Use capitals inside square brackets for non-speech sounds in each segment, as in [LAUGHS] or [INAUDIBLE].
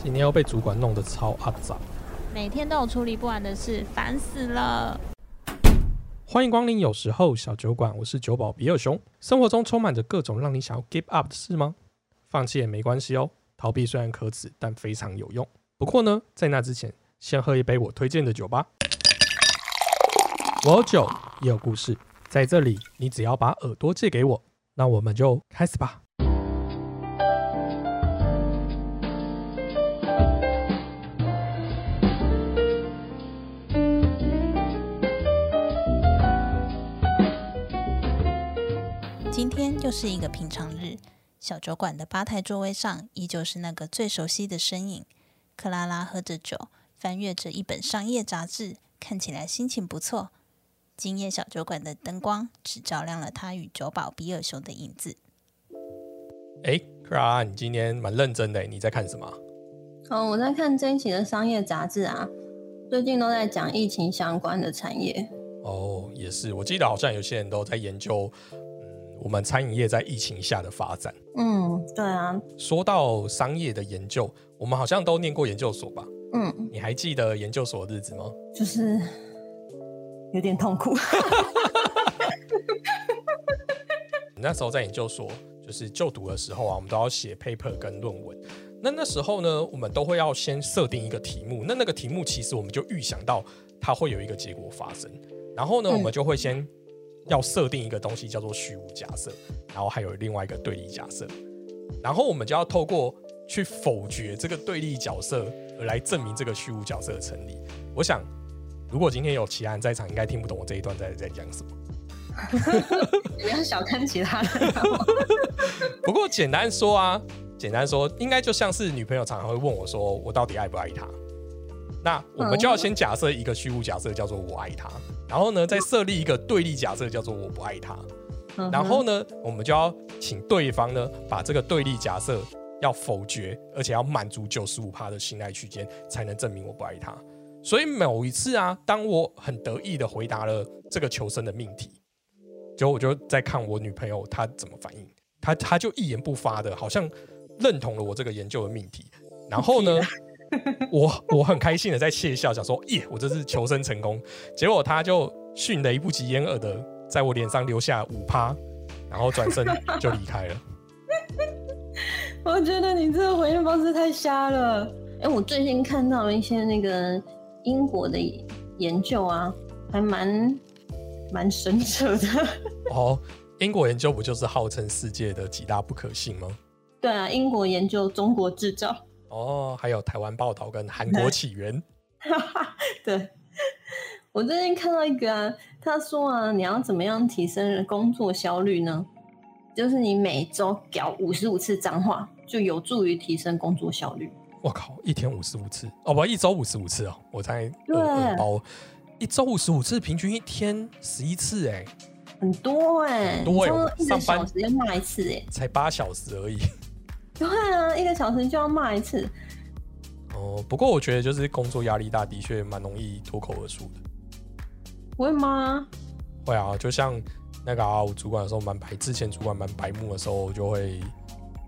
今天又被主管弄得超阿杂。每天都有处理不完的事，烦死了。欢迎光临，有时候小酒馆，我是酒保比尔熊。生活中充满着各种让你想要 give up 的事吗？放弃也没关系哦，逃避虽然可耻，但非常有用。不过呢，在那之前，先喝一杯我推荐的酒吧。我有酒，也有故事，在这里，你只要把耳朵借给我，那我们就开始吧。今天又是一个平常日，小酒馆的吧台座位上依旧是那个最熟悉的身影。克拉拉喝着酒，翻阅着一本商业杂志，看起来心情不错。今夜小酒馆的灯光只照亮了她与酒保比尔熊的影子。哎，克拉拉，你今天蛮认真的诶，你在看什么啊？哦，我在看这一期的商业杂志啊，最近都在讲疫情相关的产业。哦，也是，我记得好像有些人都在研究，嗯，我们餐饮业在疫情下的发展。嗯，对啊，说到商业的研究，我们好像都念过研究所吧？嗯，你还记得研究所的日子吗？就是有点痛苦。 [LAUGHS] 那时候在研究所就是就读的时候啊，我们都要写 paper 跟论文。那那时候呢，我们都会要先设定一个题目，那那个题目其实我们就预想到它会有一个结果发生，然后呢，嗯我们就会先要设定一个东西叫做虚无假设，然后还有另外一个对立假设，然后我们就要透过去否决这个对立角色，而来证明这个虚无角色的成立。我想，如果今天有其他人在场，应该听不懂我这一段在在讲什么。你不要小看其他人、啊。不过简单说啊，简单说，应该就像是女朋友常常会问我说，我到底爱不爱她？那我们就要先假设一个虚无假设，叫做我爱她，然后呢，再设立一个对立假设，叫做我不爱她。嗯 [LAUGHS] 哼然后呢，我们就要请对方呢把这个对立假设要否决，而且要满足九十五趴的信赖区间，才能证明我不爱他。所以某一次啊，当我很得意的回答了这个求生的命题，结果我就在看我女朋友她怎么反应，她她就一言不发的，好 [LAUGHS] 像认同了我这个研究的命题。然后呢，我我很开心的在窃笑，想说耶，我这次求生成功。结果她就迅雷不及掩耳的在我脸上留下五趴，然后转身就离开了。 [LAUGHS] 我觉得你这个回应方式太瞎了。哎、我最近看到了一些那个英国的研究啊，还蛮蛮深扯的。 [LAUGHS] 哦，英国研究不就是号称世界的几大不可信吗？对啊，英国研究中国制造。哦，还有台湾报道跟韩国起源。对，我最近看到一个、啊，他说啊，你要怎么样提升工作效率呢？就是你每周搞五十五次脏话，就有助于提升工作效率。我靠，一天五十五次哦，不，一周五十五次哦，我才对耳包，一周五十五次，平均一天十一次，哎，很多哎、欸，很多欸你我差们不多上班一个小时要骂一次哎、欸，才八小时而已。对啊，一个小时就要骂一次。哦，不过我觉得就是工作压力大，的确蛮容易脱口而出的。会吗？会啊，就像那个啊，我主管的时候蛮白，之前主管蛮白目的时候，我就会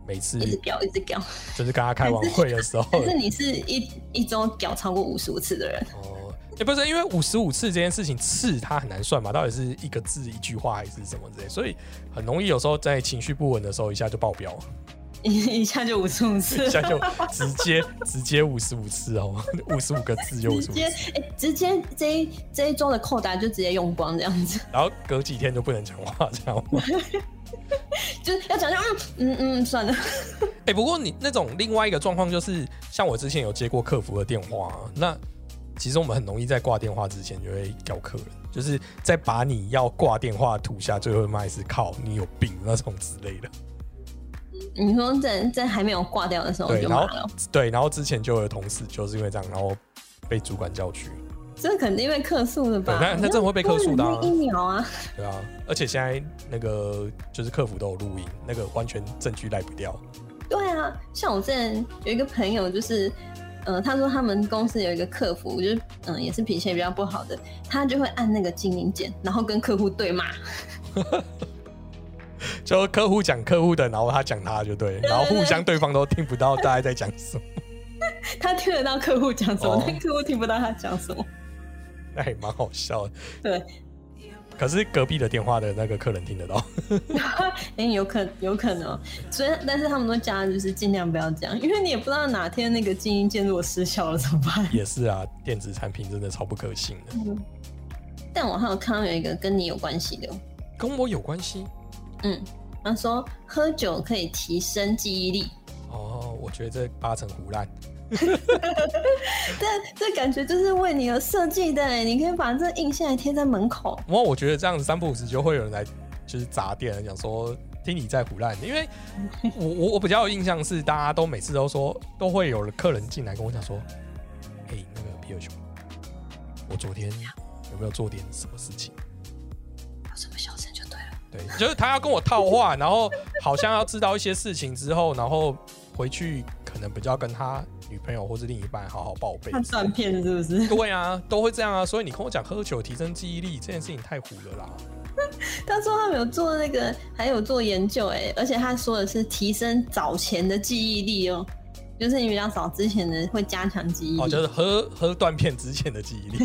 每 [LAUGHS] 次一直屌，一直屌。就是跟他开完会的时候， [LAUGHS] 但是你是一一周屌超过五十五次的人，哦，也、不是因为五十五次这件事情，次它很难算嘛，到底是一个字、一句话还是什么之类，所以很容易有时候在情绪不稳的时候，一下就爆表， [LAUGHS] 一一下就五十五次一，下就直接 [LAUGHS] 直接五十五次哦， [LAUGHS] 五十五个字就五十直五接次，哎、直接这一这一周的扣打就直接用光这样子。然后隔几天就不能讲话，这样 [LAUGHS] 吗？就是要讲就嗯嗯嗯，算了。 [LAUGHS] 哎、不过你那种另外一个状况就是，像我之前有接过客服的电话、啊，那其实我们很容易在挂电话之前就会叫客人，就是在把你要挂电话吐下最后一骂一次“靠，你有病”那种之类的。你说在在还没有挂掉的时候对，就然骂后了，对，然后之前就有同事就是因为这样，然后被主管叫去，这肯定被客诉的吧？对那那真的会被客诉的啊你要多忍耐一秒啊！对啊，而且现在那个就是客服都有录音，那个完全证据赖不掉。对啊，像我之前有一个朋友，就是呃，他说他们公司有一个客服，就是嗯、呃也是脾气比较不好的，他就会按那个静音键，然后跟客户对骂。就客户讲客户的，然后他讲他就对，然后互相对方都听不到大家在讲什么， [LAUGHS] [LAUGHS] 他听得到客户讲什么哦，但客户听不到他讲什么。那也哎蛮好笑的。对，可是隔壁的电话的那个客人听得到， [LAUGHS] 哎、有可有可能哦、所以但是他们都加，就是尽量不要讲，因为你也不知道哪天那个静音键如果失效了怎么办。也是啊，电子产品真的超不可信的，但我还有看到有一个跟你有关系的，跟我有关系嗯，他说喝酒可以提升记忆力，哦。我觉得这八成胡乱，但这感觉就是为你而设计的欸，你可以把这印下来贴在门口。不过我哎觉得这样子三不五时就会有人来就是砸店，讲说听你在胡乱，因为我我我比较有印象是大家都每次都说都会有客人进来跟我讲说，哎、那个皮尔熊，我昨天有没有做点什么事情？有什么小声就对了。对，就是他要跟我套话，然后好像要知道一些事情之后，然后回去可能比较跟他女朋友或是另一半好好报备。看断片是不是？对啊，都会这样啊，所以你跟我讲喝酒提升记忆力这件事情太虎了啦。 [LAUGHS] 他说他们有做那个，还有做研究，哎，而且他说的是提升早前的记忆力哦，就是你比较早之前的会加强记忆力。哦，就是喝喝断片之前的记忆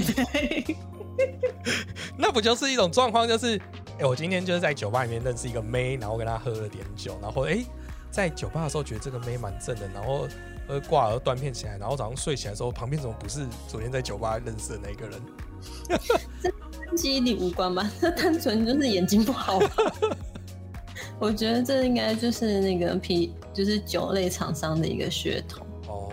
力， [LAUGHS] 那不就是一种状况？就是，哎、我今天就是在酒吧里面认识一个妹，然后跟她喝了点酒，然后哎、诶在酒吧的时候觉得这个妹蛮正的，然后喝挂了断片起来，然后早上睡起来的时候，旁边怎么不是昨天在酒吧认识的那一个人？跟记忆力无关吧？ [LAUGHS] 这单纯就是眼睛不 [LAUGHS] 好吧。我觉得这应该就是那个啤，就是酒类厂商的一个噱头。哦，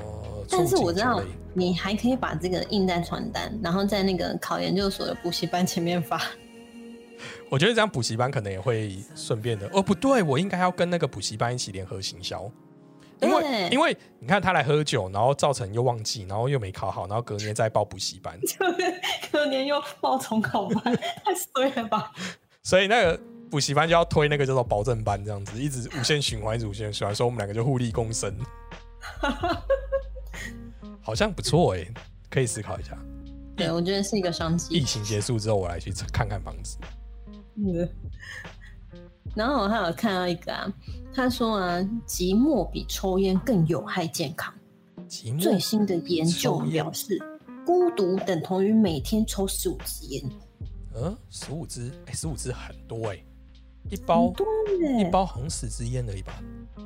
但是促进我知酒道类你还可以把这个印在传单，然后在那个考研究所的补习班前面发。 [LAUGHS] 我觉得这样补习班可能也会顺便的。哦，不对，我应该要跟那个补习班一起联合行销，因为对因为你看他来喝酒，然后造成又忘记，然后又没考好，然后隔年再报补习 [LAUGHS] 班，隔年又冒重考班， [LAUGHS] 太衰了吧！所以那个补习班就要推那个叫做保证班，这样子一直无限循环，一直无限循环，所以我们两个就互利共 [LAUGHS] 生，好像不错哎、可以思考一下。对，我觉得是一个商机疫。情结束之后，我来去看看房子。嗯然后我还有看到一个啊，他说啊，寂寞比抽烟更有害健康。寂寞最新的研究表示，孤独等同于每天抽十五支烟。嗯，十五支，哎、十五支很多哎、一包对一耶，包红十支烟而已吧，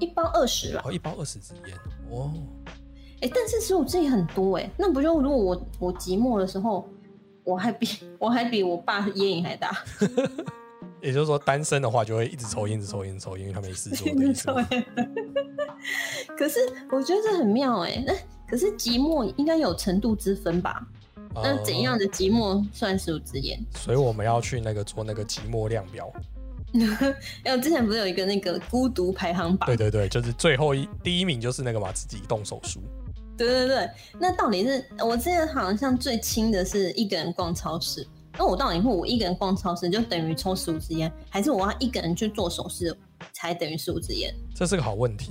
一包二十啦。哦，一包二十支烟哦，哎、但是十五支也很多哎、那不就如果我我寂寞的时候，我还比 [LAUGHS] 我还比我爸烟瘾还大。也就是说单身的话就会一直抽烟，一直抽烟，一直抽烟，因为他没事 [LAUGHS] 做的意思吗。可是我觉得这很妙哎、那可是寂寞应该有程度之分吧？那哦怎样？的寂寞算十五支烟？嗯所以我们要去那个做那个寂寞量 [LAUGHS] 表，哎、我之前不是有一个那个孤独排行榜对？对对，就是最后一第一名就是那个嘛，自己动手术，对对对，那到底是我之前好像最轻的是一个人逛超市，那我到底会我一个人逛超市就等于抽十五支烟，还是我要一个人去做手势才等于十五支烟？这是个好问题，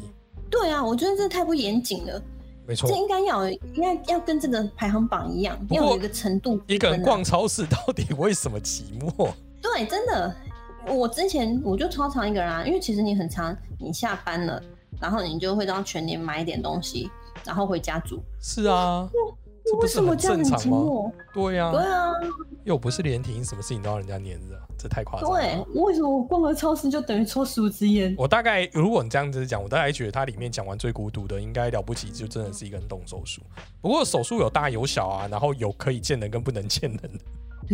对啊，我觉得这太不严谨了，没错这。应该要有应该要跟这个排行榜一样，不过要有一个程度。啊一个人逛，超市到底为什么寂寞？对，真的，我之前我就超常一个人啊，因为其实你很常你下班了，然后你就会到全年买一点东西，然后回家煮，是啊，这不为是什么很这样正很常寂吗？嗯寞？对呀、对啊。又不是连停，什么事情都要人家黏着，这太夸张了。对，为什么我逛个超市就等于抽十五支烟？我大概如果你这样子讲，我大概觉得它里面讲完最孤独的，应该了不起就真的是一个人动手术。不过手术有大有小啊，然后有可以见人跟不能见人的。 [LAUGHS]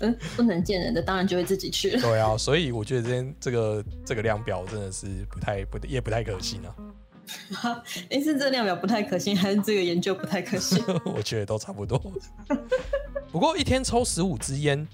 嗯，不能见人的当然就会自己去。 [LAUGHS] 对啊，所以我觉得今天这个这个量表真的是不太不也不太可信啊， [LAUGHS] 诶，是这量表不太可信，还是这个研究不太可信？我觉得都差不多。 [LAUGHS] 不过一天抽十五支烟，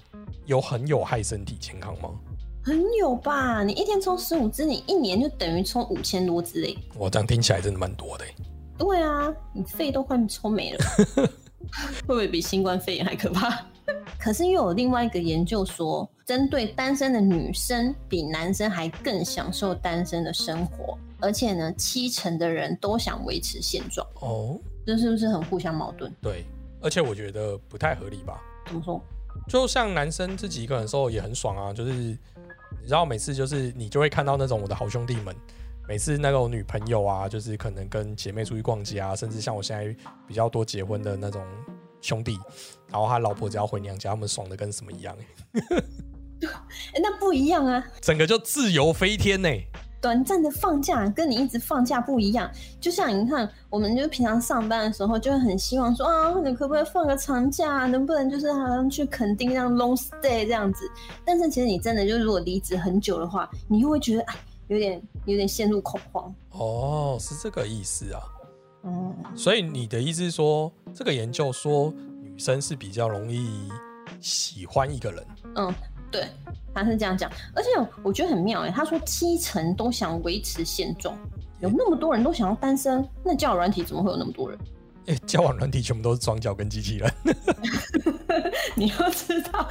有很有害身体健康吗？ [LAUGHS] 很有吧？你一天抽十五支，你一年就等于抽五千多支诶。我这样听起来真的蛮多的欸、对啊，你肺都快抽 [LAUGHS] 没了，会不会比新冠肺炎还可怕？ [LAUGHS] 可是又有另外一个研究说，针对单身的女生比男生还更享受单身的生活，而且呢，七成的人都想维持现状，哦，这是不是很互相矛盾？对，而且我觉得不太合理吧。怎么说？就像男生自己一个人的时候也很爽啊，就是你知道每次就是你就会看到那种我的好兄弟们，每次那种女朋友啊，就是可能跟姐妹出去逛街啊，甚至像我现在比较多结婚的那种兄弟，然后他老婆只要回娘家，他们爽的跟什么一样、欸，哎、那不一样啊！整个就自由飞天呢、欸。短暂的放假跟你一直放假不一样，就像你看，我们就平常上班的时候，就会很希望说啊，你可不可以放个长假、啊？能不能就是好像去垦丁这样 long stay 这样子？但是其实你真的就是如果离职很久的话，你又会觉得哎，有点有点陷入恐慌。哦，是这个意思啊。嗯，所以你的意思是说，这个研究说女生是比较容易喜欢一个人，嗯，对，他是这样讲，而且我觉得很妙哎、他说七成都想维持现状，有那么多人都想要单身，那交友软体怎么会有那么多人？ [LAUGHS] 因为交往软体全部都是双脚跟机器人。你要知道，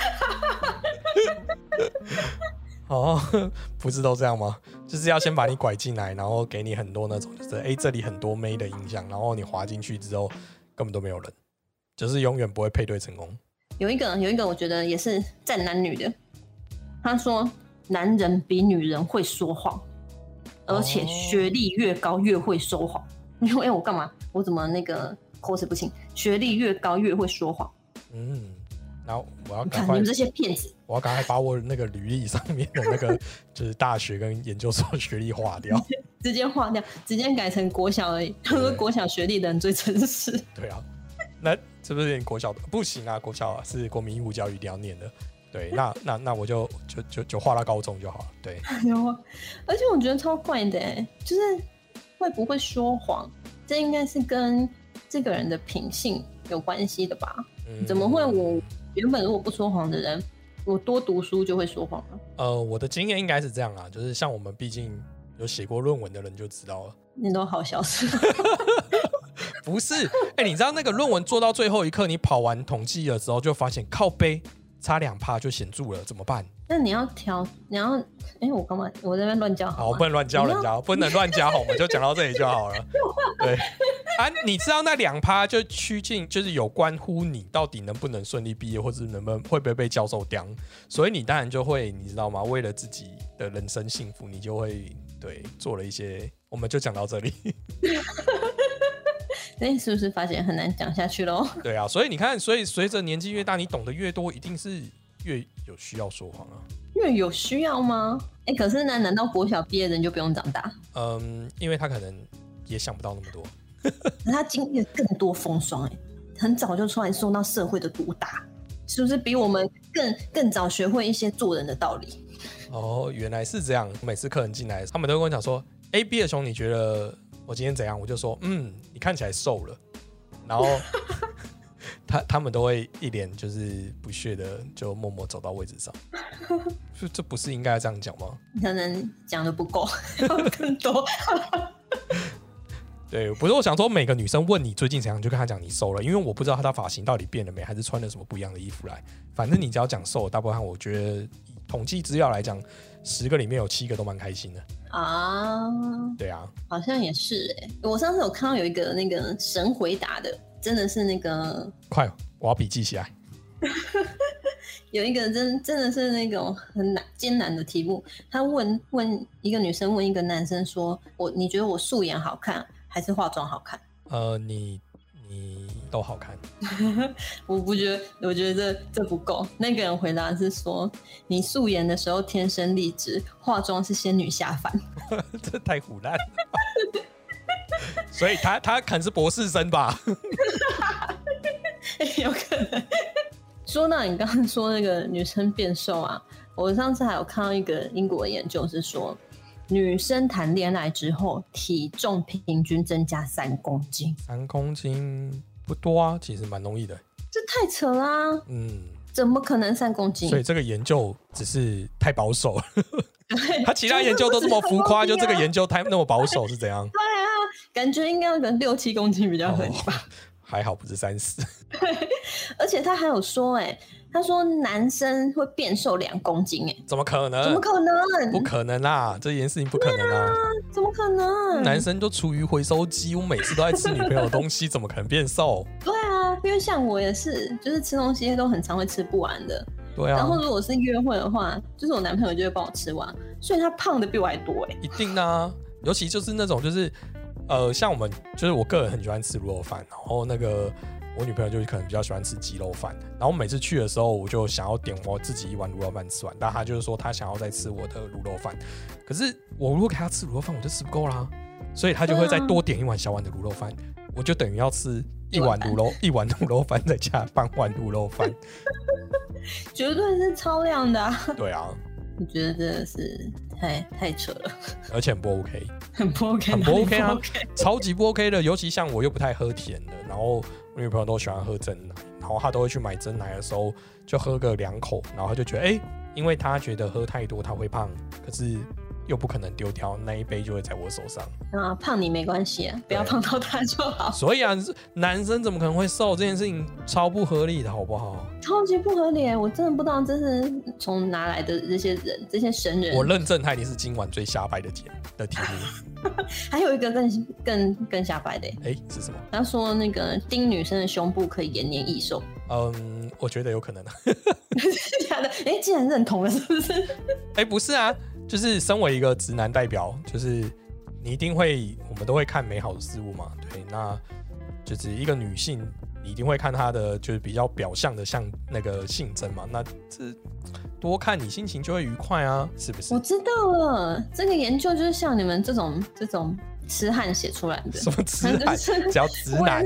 哦， [LAUGHS] 不是都这样吗？就是要先把你拐进来，然后给你很多那种就是哎、诶这里很多妹的印象，然后你滑进去之后根本都没有人，就是永远不会配对成功。有一个有一个，我觉得也是站男女的，他说男人比女人会说谎，而且哦学历越高越会说谎。因为我干嘛？我怎么那个口齿不清？学历越高越会说谎。嗯，然后我要你赶看快你们，这些骗子，我要赶快把我那个履历上面的那个就是大学跟研究所学历划 [LAUGHS] 掉。直接划掉，直接改成国小而已。他说国小学历的人最诚实。 [LAUGHS] 对啊，那是不是连国小不行啊？国小、啊、是国民义务教育一定要念的。对，那那那我就就就就划到高中就好了。对，有啊，而且我觉得超怪的、欸，就是会不会说谎，这应该是跟这个人的品性有关系的吧？嗯怎么会我原本如果不说谎的人，我多读书就会说谎了？呃，我的经验应该是这样啊，就是像我们毕竟有写过论文的人就知道了，那都好小事。不是？哎、你知道那个论文做到最后一刻，你跑完统计的时候就发现靠背差两趴就显著了，怎么办？ [LAUGHS] 那你要调，你要，哎、我干嘛？我在那边乱叫好， [LAUGHS] 好不吗？能乱教人你家，不能乱教，好，我们就讲到这里就好了。对啊，你知道那两趴就趋近，就是有关乎你到底能不能顺利毕业，或者能不能会不会被教授刁，所以你当然就会，你知道吗？为了自己的人生幸福，你就会对做了一些，我们就讲到这里。那你是不是发现很难讲下去喽？对啊，所以你看，所以随着年纪越大，你懂得越多，一定是越有需要说谎啊。 [LAUGHS] 因为有需要吗？哎、可是呢，难道国小毕业的人就不用长大？嗯，因为他可能也想不到那么多。可是他经历了更多风霜、哎，很早就出来受到社会的毒打，是不是比我们更更早学会一些做人的道理？哦，原来是这样。每次客人进来，他们都会跟我讲说：“A B 的熊，你觉得我今天怎样？”我就说：“嗯，你看起来瘦了。”然后他他们都会一脸就是不屑的，就默默走到位置上。这这不是应该这样讲吗？可能讲的不够， [LAUGHS] 要更多。 [LAUGHS] 对，不是我想说，每个女生问你最近怎样，你就跟她讲你瘦了，因为我不知道她的发型到底变了没，还是穿了什么不一样的衣服来。反正你只要讲瘦，大部分我觉得以统计资料来讲，十个里面有七个都蛮开心的。啊，对啊，好像也是哎、我上次有看到有一个那个神回答的，真的是那个快，我要笔记起来。有一个真真的是那种很难艰难的题目，他问问一个女生问一个男生说，我你觉得我素颜好看还是化妆好看？呃，你你都好看， [LAUGHS] 我不觉得，我觉得这这不够。那个人回答是说，你素颜的时候天生丽质，化妆是仙女下凡。这太腐烂了吧。所以他他可能是博士生吧？ [LAUGHS] 有可能。说到你刚刚说那个女生变瘦啊，我上次还有看到一个英国的研究是说，女生谈恋爱之后体重平均增加三公斤，三公斤不多啊，其实蛮容易的。这太扯啦、嗯，怎么可能三公斤？所以这个研究只是太保 [LAUGHS] 守了。对他其他研究都这么浮夸，就这个究研究太那么保守是怎 [LAUGHS] 样？啊哦感觉应该有个六七公斤比较合理吧。还好不是三十。而且他还有说、哎，他说男生会变瘦两公斤、哎，怎么可能？怎么可能？不可能啦！这件事情不可能啊！怎么可能？男生就厨余回收机，我每次都在吃女朋友的东西，怎么可能变瘦？对啊，因为像我也是，就是吃东西都很常会吃不完的。对然啊，后如果是约会的话，就是我男朋友就会帮我吃完，所以他胖的比我还多哎、一定的啊，尤其就是那种就是呃，像我们就是我个人很喜欢吃卤肉饭，然后那个我女朋友就可能比较喜欢吃鸡肉饭，然后每次去的时候我就想要点我自己一碗卤肉饭吃完，但她就是说她想要再吃我的卤肉饭，可是我如果给她吃卤肉饭我就吃不够啦，所以她就会再对啊多点一碗小碗的卤肉饭，我就等于要吃。一一碗碗卤肉，一碗卤肉饭再加半碗卤肉饭，绝对是超量的、啊。 [LAUGHS] 对啊，我觉得真的是太太扯了， [LAUGHS] 而且很不 OK。 [LAUGHS] 很不 OK，很不哪里 OK 啊 OK 超级不 OK 的，尤其像我又不太喝甜的，然后我女朋友都喜欢喝真奶，然后她都会去买真奶的时候就喝个两口，然后她就觉得哎、诶因为她觉得喝太多她会胖，可是又不可能丢掉，那一杯就会在我手上。啊，胖你没关系啊，不要对胖到他就好， [LAUGHS] 所以啊，男生怎么可能会瘦这件事情超不合理的，好不好？超级不合理、欸，我真的不知道这是从哪来的这些人，这些神人。我认证它一定是今晚最瞎掰的节的题目。还有一个更更更瞎掰的、欸，哎、是什么？他说那个盯女生的胸部可以延年益寿， [LAUGHS] 嗯，我觉得有可能。真的假的？哎、竟然认同了，是不是？哎、不是啊，就是身为一个直男代表，就是你一定会，我们都会看美好的事物嘛。对，那就是一个女性，你一定会看她的就是比较表象的像那个性征嘛。那这多看你心情就会愉快啊，是不是我？知道了，这个研究就是像你们这种这种痴汉写出来的，什么直男，就是只要直男，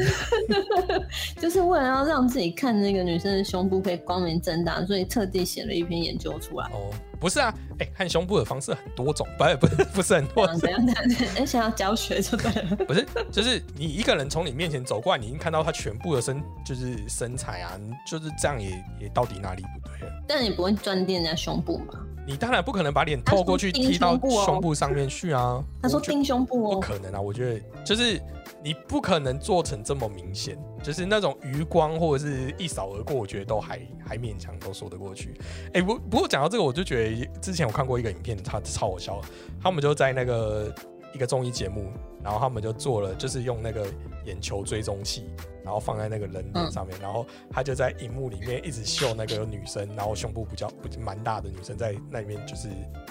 就是为了要让自己看那个女生的胸部可以光明正大，所以特地写了一篇研究出来。哦，不是啊，哎、看胸部的方式很多种，不是不是不是很多怎样怎样怎样？ [LAUGHS] 哎，想要教学就对了。不是，就是你一个人从你面前走过来，你已经看到他全部的身，就是身材啊，你就是这样也也到底哪里不对了。但你不会钻店人家胸部吗？你当然不可能把脸透过去踢到胸部上面去啊！哦 [LAUGHS] 他说我觉盯胸部不哦，可能啊！我觉得就是你不可能做成这么明显，就是那种余光或者是一扫而过，我觉得都还还勉强都说得过去。哎、不不过讲到这个，我就觉得之前我看过一个影片，它超好笑的。他们就在那个一个综艺节目，然后他们就做了，就是用那个眼球追踪器，然后放在那个人嗯脸上面，然后他就在荧幕里面一直秀那个女生，然后胸部比较不蛮大的女生在那里面，就是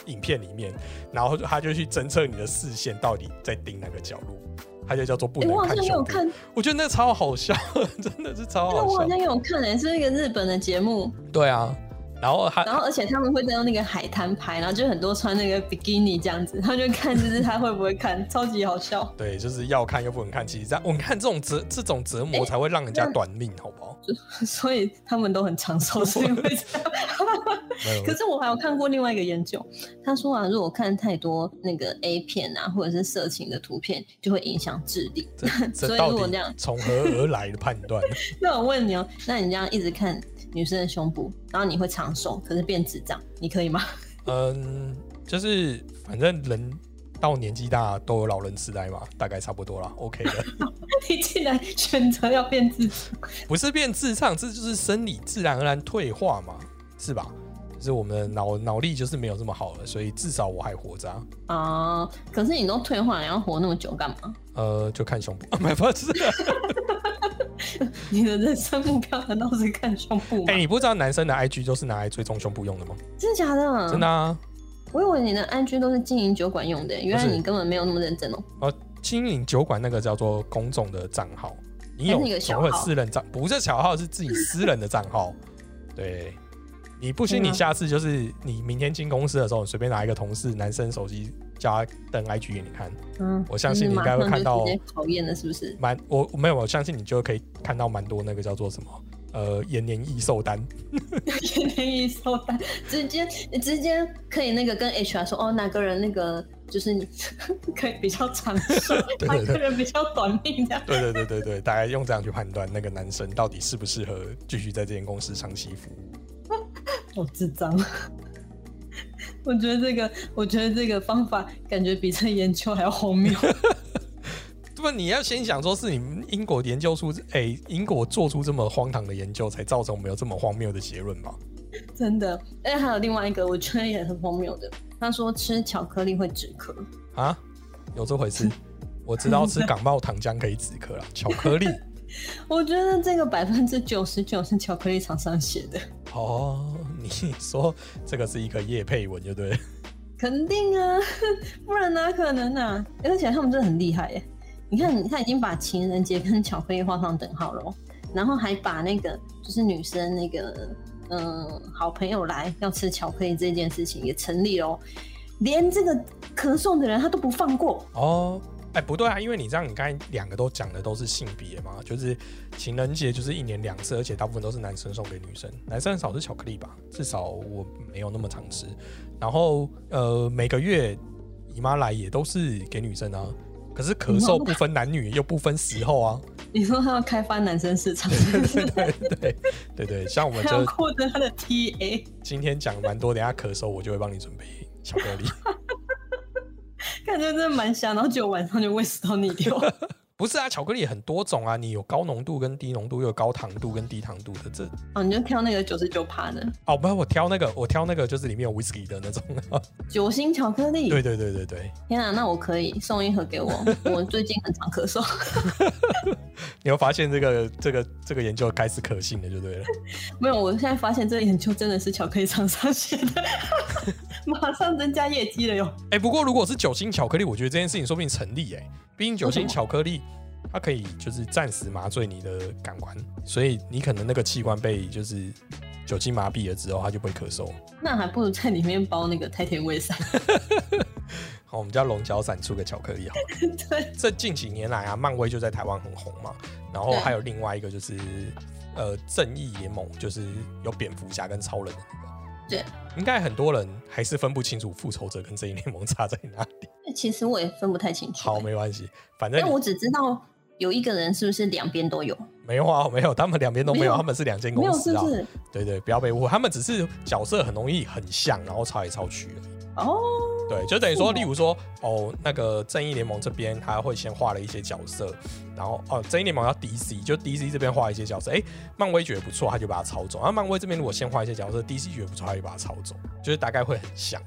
影片里面，然后他就去侦测你的视线到底在盯哪个角落，他就叫做不哎，能我好像看也有胸部。看，哎我觉得那超好笑，真的是超那我好好笑像。也有看诶，是一个日本的节目，对啊，然后他然后而且他们会在那个海滩拍，然后就很多穿那个比基尼这样子，他就看就是他会不会看，超级好笑。对，就是要看又不能看，其实这样，我们看这种折这种折磨才会让人家哎那短命，好不好？ [LAUGHS] 所以他们都很长 [LAUGHS] 寿，是因为这样。 [LAUGHS] 没有可是我还有看过另外一个研究，他说啊，如果看太多那个 A 片啊，或者是色情的图片，就会影响智力。 [LAUGHS] 这所这以到如果底那样从何而来的判 [LAUGHS] 断？那我问你哦，那你这样一直看女生的胸部，然后你会长寿，可是变智障，你可以吗？ [LAUGHS] 嗯，就是反正人到年纪大都有老人痴呆嘛，大概差不多啦。OK 的， [LAUGHS] 你竟然选择要变智障，不是变智障，这就是生理自然而然退化嘛，是吧？就是我们的脑脑力就是没有这么好了，所以至少我还活着、啊。啊、可是你都退化了，你要活那么久干嘛？ [LAUGHS] 呃，就看胸部， [LAUGHS] 啊、没不是。你的人生目标难道是看胸部吗？哎、你不知道男生的 IG 都是拿来追踪胸部用的吗？真的假的？真的啊。我以为你的 IG 都是经营酒馆用的，原来不是你根本没有那么认真哦。哦，经营酒馆那个叫做公众的账号，你有还是一哎个总小会有号私人账，不是小号，是自己私人的账号。对，你不信真的你吗下次就是你明天进公司的时候，你随便拿一个同事男生手机叫他登 IG 给你看，嗯，我相信你应该 [LAUGHS] 会看到就是马上就直接考验了，是不是？蛮我我没有，我相信你就可以看到蛮多那个叫做什么呃延年益寿单，天天一收单，直接直接可以那个跟 HR 说，哦，哪个人那个就是你可以比较长寿， [LAUGHS] 对哪对个对。人比较短命这样。对对对对对，大概用这样去判断那个男生到底适不适合继续在这间公司长期服务。好智障。 [LAUGHS] 我觉得这个，我觉得这个方法感觉比这研究还要荒 [LAUGHS] 谬。对吧？你要先想说是你们英国研究出，哎、英国做出这么荒唐的研究，才造成我们有这么荒谬的结论吧？真的。哎，还有另外一个，我觉得也很荒谬的。他说吃巧克力会止咳，啊，有这回事？我知道吃感冒糖浆可以止咳啦，巧克力 [LAUGHS] 我觉得这个百分之九十九是巧克力厂商写的。哦，你说这个是一个叶佩文，就对了。肯定啊， [LAUGHS] 不然哪可能啊？而且他们真的很厉害耶！你看，他已经把情人节跟巧克力画上等号了哦，然后还把那个就是女生那个嗯、呃好朋友来要吃巧克力这件事情也成立了哦，连这个咳嗽的人他都不放过。哦，哎，不对啊，因为你这样，你刚才两个都讲的都是性别嘛，就是情人节就是一年两次，而且大部分都是男生送给女生，男生很少吃巧克力吧，至少我没有那么常吃。然后呃，每个月姨妈来也都是给女生啊，可是咳嗽不分男女，又不分时候啊，你说他要开发男生市场，对对对对，像我们他要就扩增他的 TA，今天讲蛮多，等一下咳嗽我就会帮你准备巧克力。感觉真的蛮香。然后结果晚上就胃食道逆流。不是啊，巧克力很多种啊，你有高浓度跟低浓度，又有高糖度跟低糖度的。这哦，你就挑那个九十九趴的哦，不是我挑那个，我挑那个就是里面有 whisky 的那 [LAUGHS] 种。酒心巧克力。对对对对对，天啊，那我可以送一盒给我，我最近很常咳嗽。 [LAUGHS] 你会发现这个这个这个研究开始可信的就对了。没有，我现在发现这个研究真的是巧克力厂商写的， [LAUGHS] 马上增加业绩了哟。 [LAUGHS] 哎、不过如果是酒精巧克力，我觉得这件事情说不定成立哎、毕竟酒精巧克力它可以就是暂时麻醉你的感官，所以你可能那个器官被就是酒精麻痹了之后，它就不会咳嗽。 [LAUGHS] 那还不如在里面包那个太田胃散。好，我们叫龙角散出个巧克力好了。对，这近几年来啊，漫威就在台湾很红嘛，然后对还有另外一个就是呃正义联盟，就是有蝙蝠侠跟超人的那个。对，应该很多人还是分不清楚复仇者跟正义联盟差在哪 [LAUGHS] 里。其实我也分不太清楚、欸好，没关系，反正但我只知道有一个人是不是两边都有？没有啊，没有，他们两边都没有，没有他们是两间没公有，是司啊。不是？对对，不要被误会，他们只是角色很容易很像，然后抄来抄去而已。哦，对，就等于是说，哦例如说，哦，那个正义联盟这边他会先画了一些角色，然后哦，正义联盟要 DC，就 DC 这边画一些角色，哎，漫威觉得不错，他就把它抄走。然后漫威这边如果先画一些角色，DC 觉得不错，他就把它抄走，就是大概会很像。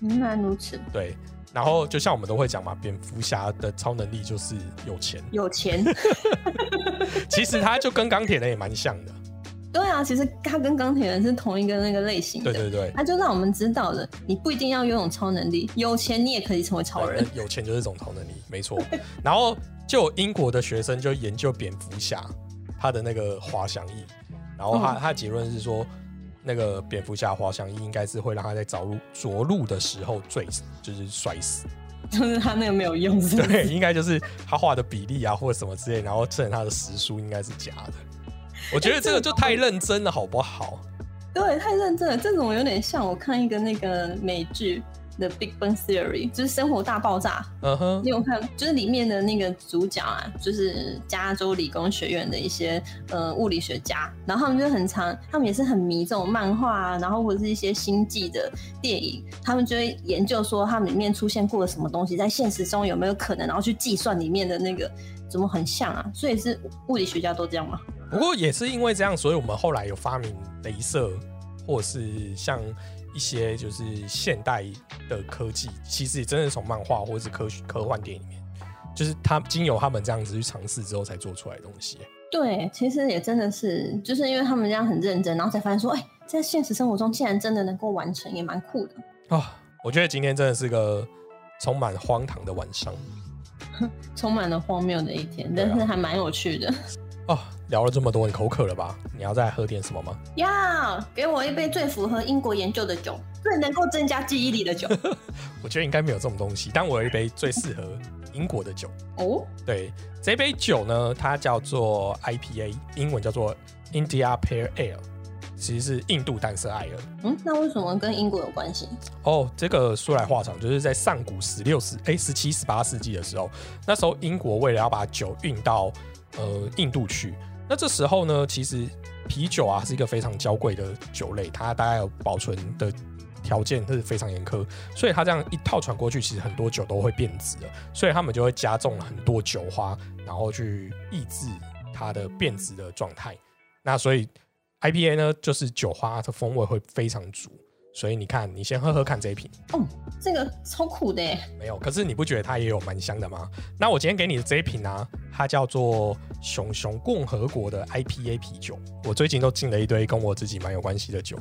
原来如此，对，然后就像我们都会讲嘛，蝙蝠侠的超能力就是有钱，有钱。 [LAUGHS] 其实他就跟钢铁人也蛮像的。对啊，其实他跟钢铁人是同一个那个类型的。对对对，他就让我们知道了，你不一定要拥有超能力，有钱你也可以成为超人对。有钱就是一种超能力，没错。然后就有英国的学生就研究蝙蝠侠他的那个滑翔翼，然后他、他结论是说，那个蝙蝠侠滑翔翼应该是会让他在着陆着陆的时候坠死，就是摔死。就是他那个没有用，是不是？对，应该就是他画的比例啊或者什么之类，然后趁他的时速应该是假的。我觉得哎这个就太认真了，好不好？对，太认真了。这种有点像我看一个那个美剧的《The Big Bang Theory》，就是《生活大爆炸》。嗯哼你，有看？就是里面的那个主角啊，就是加州理工学院的一些呃物理学家，然后他们就很常，他们也是很迷这种漫画啊，然后或者是一些星际的电影，他们就会研究说他们里面出现过的什么东西，在现实中有没有可能，然后去计算里面的那个怎么很像啊。所以是物理学家都这样吗？不过也是因为这样，所以我们后来有发明镭射，或是像一些就是现代的科技，其实真的是从漫画或是科学科幻电影里面，就是他经由他们这样子去尝试之后才做出来的东西。对，其实也真的是，就是因为他们这样很认真，然后才发现说，哎、在现实生活中竟然真的能够完成，也蛮酷的。啊、我觉得今天真的是个充满荒唐的晚上充满了荒谬的一天，对啊但是还蛮有趣的。哦。聊了这么多，你口渴了吧？你要再喝点什么吗？呀、给我一杯最符合英国研究的酒，最能够增加记忆力 [LAUGHS] 的酒。我觉得应该没有这种东西，但我有一杯最适合英国的酒。哦，对，这杯酒呢，它叫做 IPA，英文叫做 India Pale Ale，其实是印度淡色艾尔。嗯，那为什么跟英国有关系？哦，这个说来话长，就是在上古十六世、哎十七、十八世纪的时候，那时候英国为了要把酒运到呃印度去，那这时候呢，其实啤酒啊是一个非常娇贵的酒类，它大概有保存的条件是非常严苛，所以它这样一套传过去，其实很多酒都会变质了，所以他们就会加重了很多酒花，然后去抑制它的变质的状态。那所以 IPA 呢，就是酒花的风味会非常足。所以你看，你先喝喝看这一瓶，这个超苦的耶！没有。可是你不觉得它也有蛮香的吗？那我今天给你的这一瓶啊，它叫做熊熊共和国的 IPA 啤酒。我最近都进了一堆跟我自己蛮有关系的酒，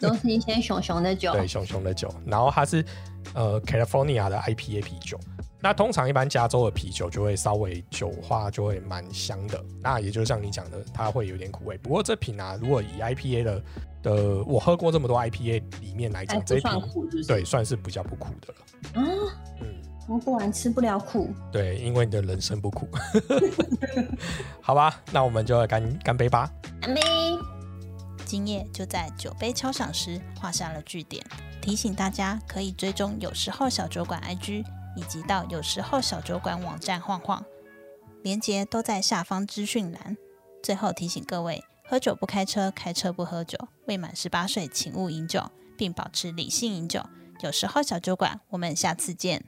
都是一些熊熊的 [LAUGHS] 酒。对，熊熊的酒。然后它是呃 California 的 IPA 啤酒。那通常一般加州的啤酒就会稍微酒花就会蛮香的，那也就像你讲的，它会有点苦味。不过这瓶啊，如果以 IPA 的的我喝过这么多 IPA 里面来还讲，这不一算瓶苦，就是对算是比较不苦的了。啊，嗯，我果然吃不了苦。对，因为你的人生不苦。 [LAUGHS] 好吧，那我们就干干杯吧。阿妹，今夜就在酒杯敲响时画下了句点，提醒大家可以追踪有时候小酒馆 IG，以及到有时候小酒馆网站晃晃，连结都在下方资讯栏。最后提醒各位，喝酒不开车，开车不喝酒，未满十八岁请勿饮酒，并保持理性饮酒。有时候小酒馆，我们下次见。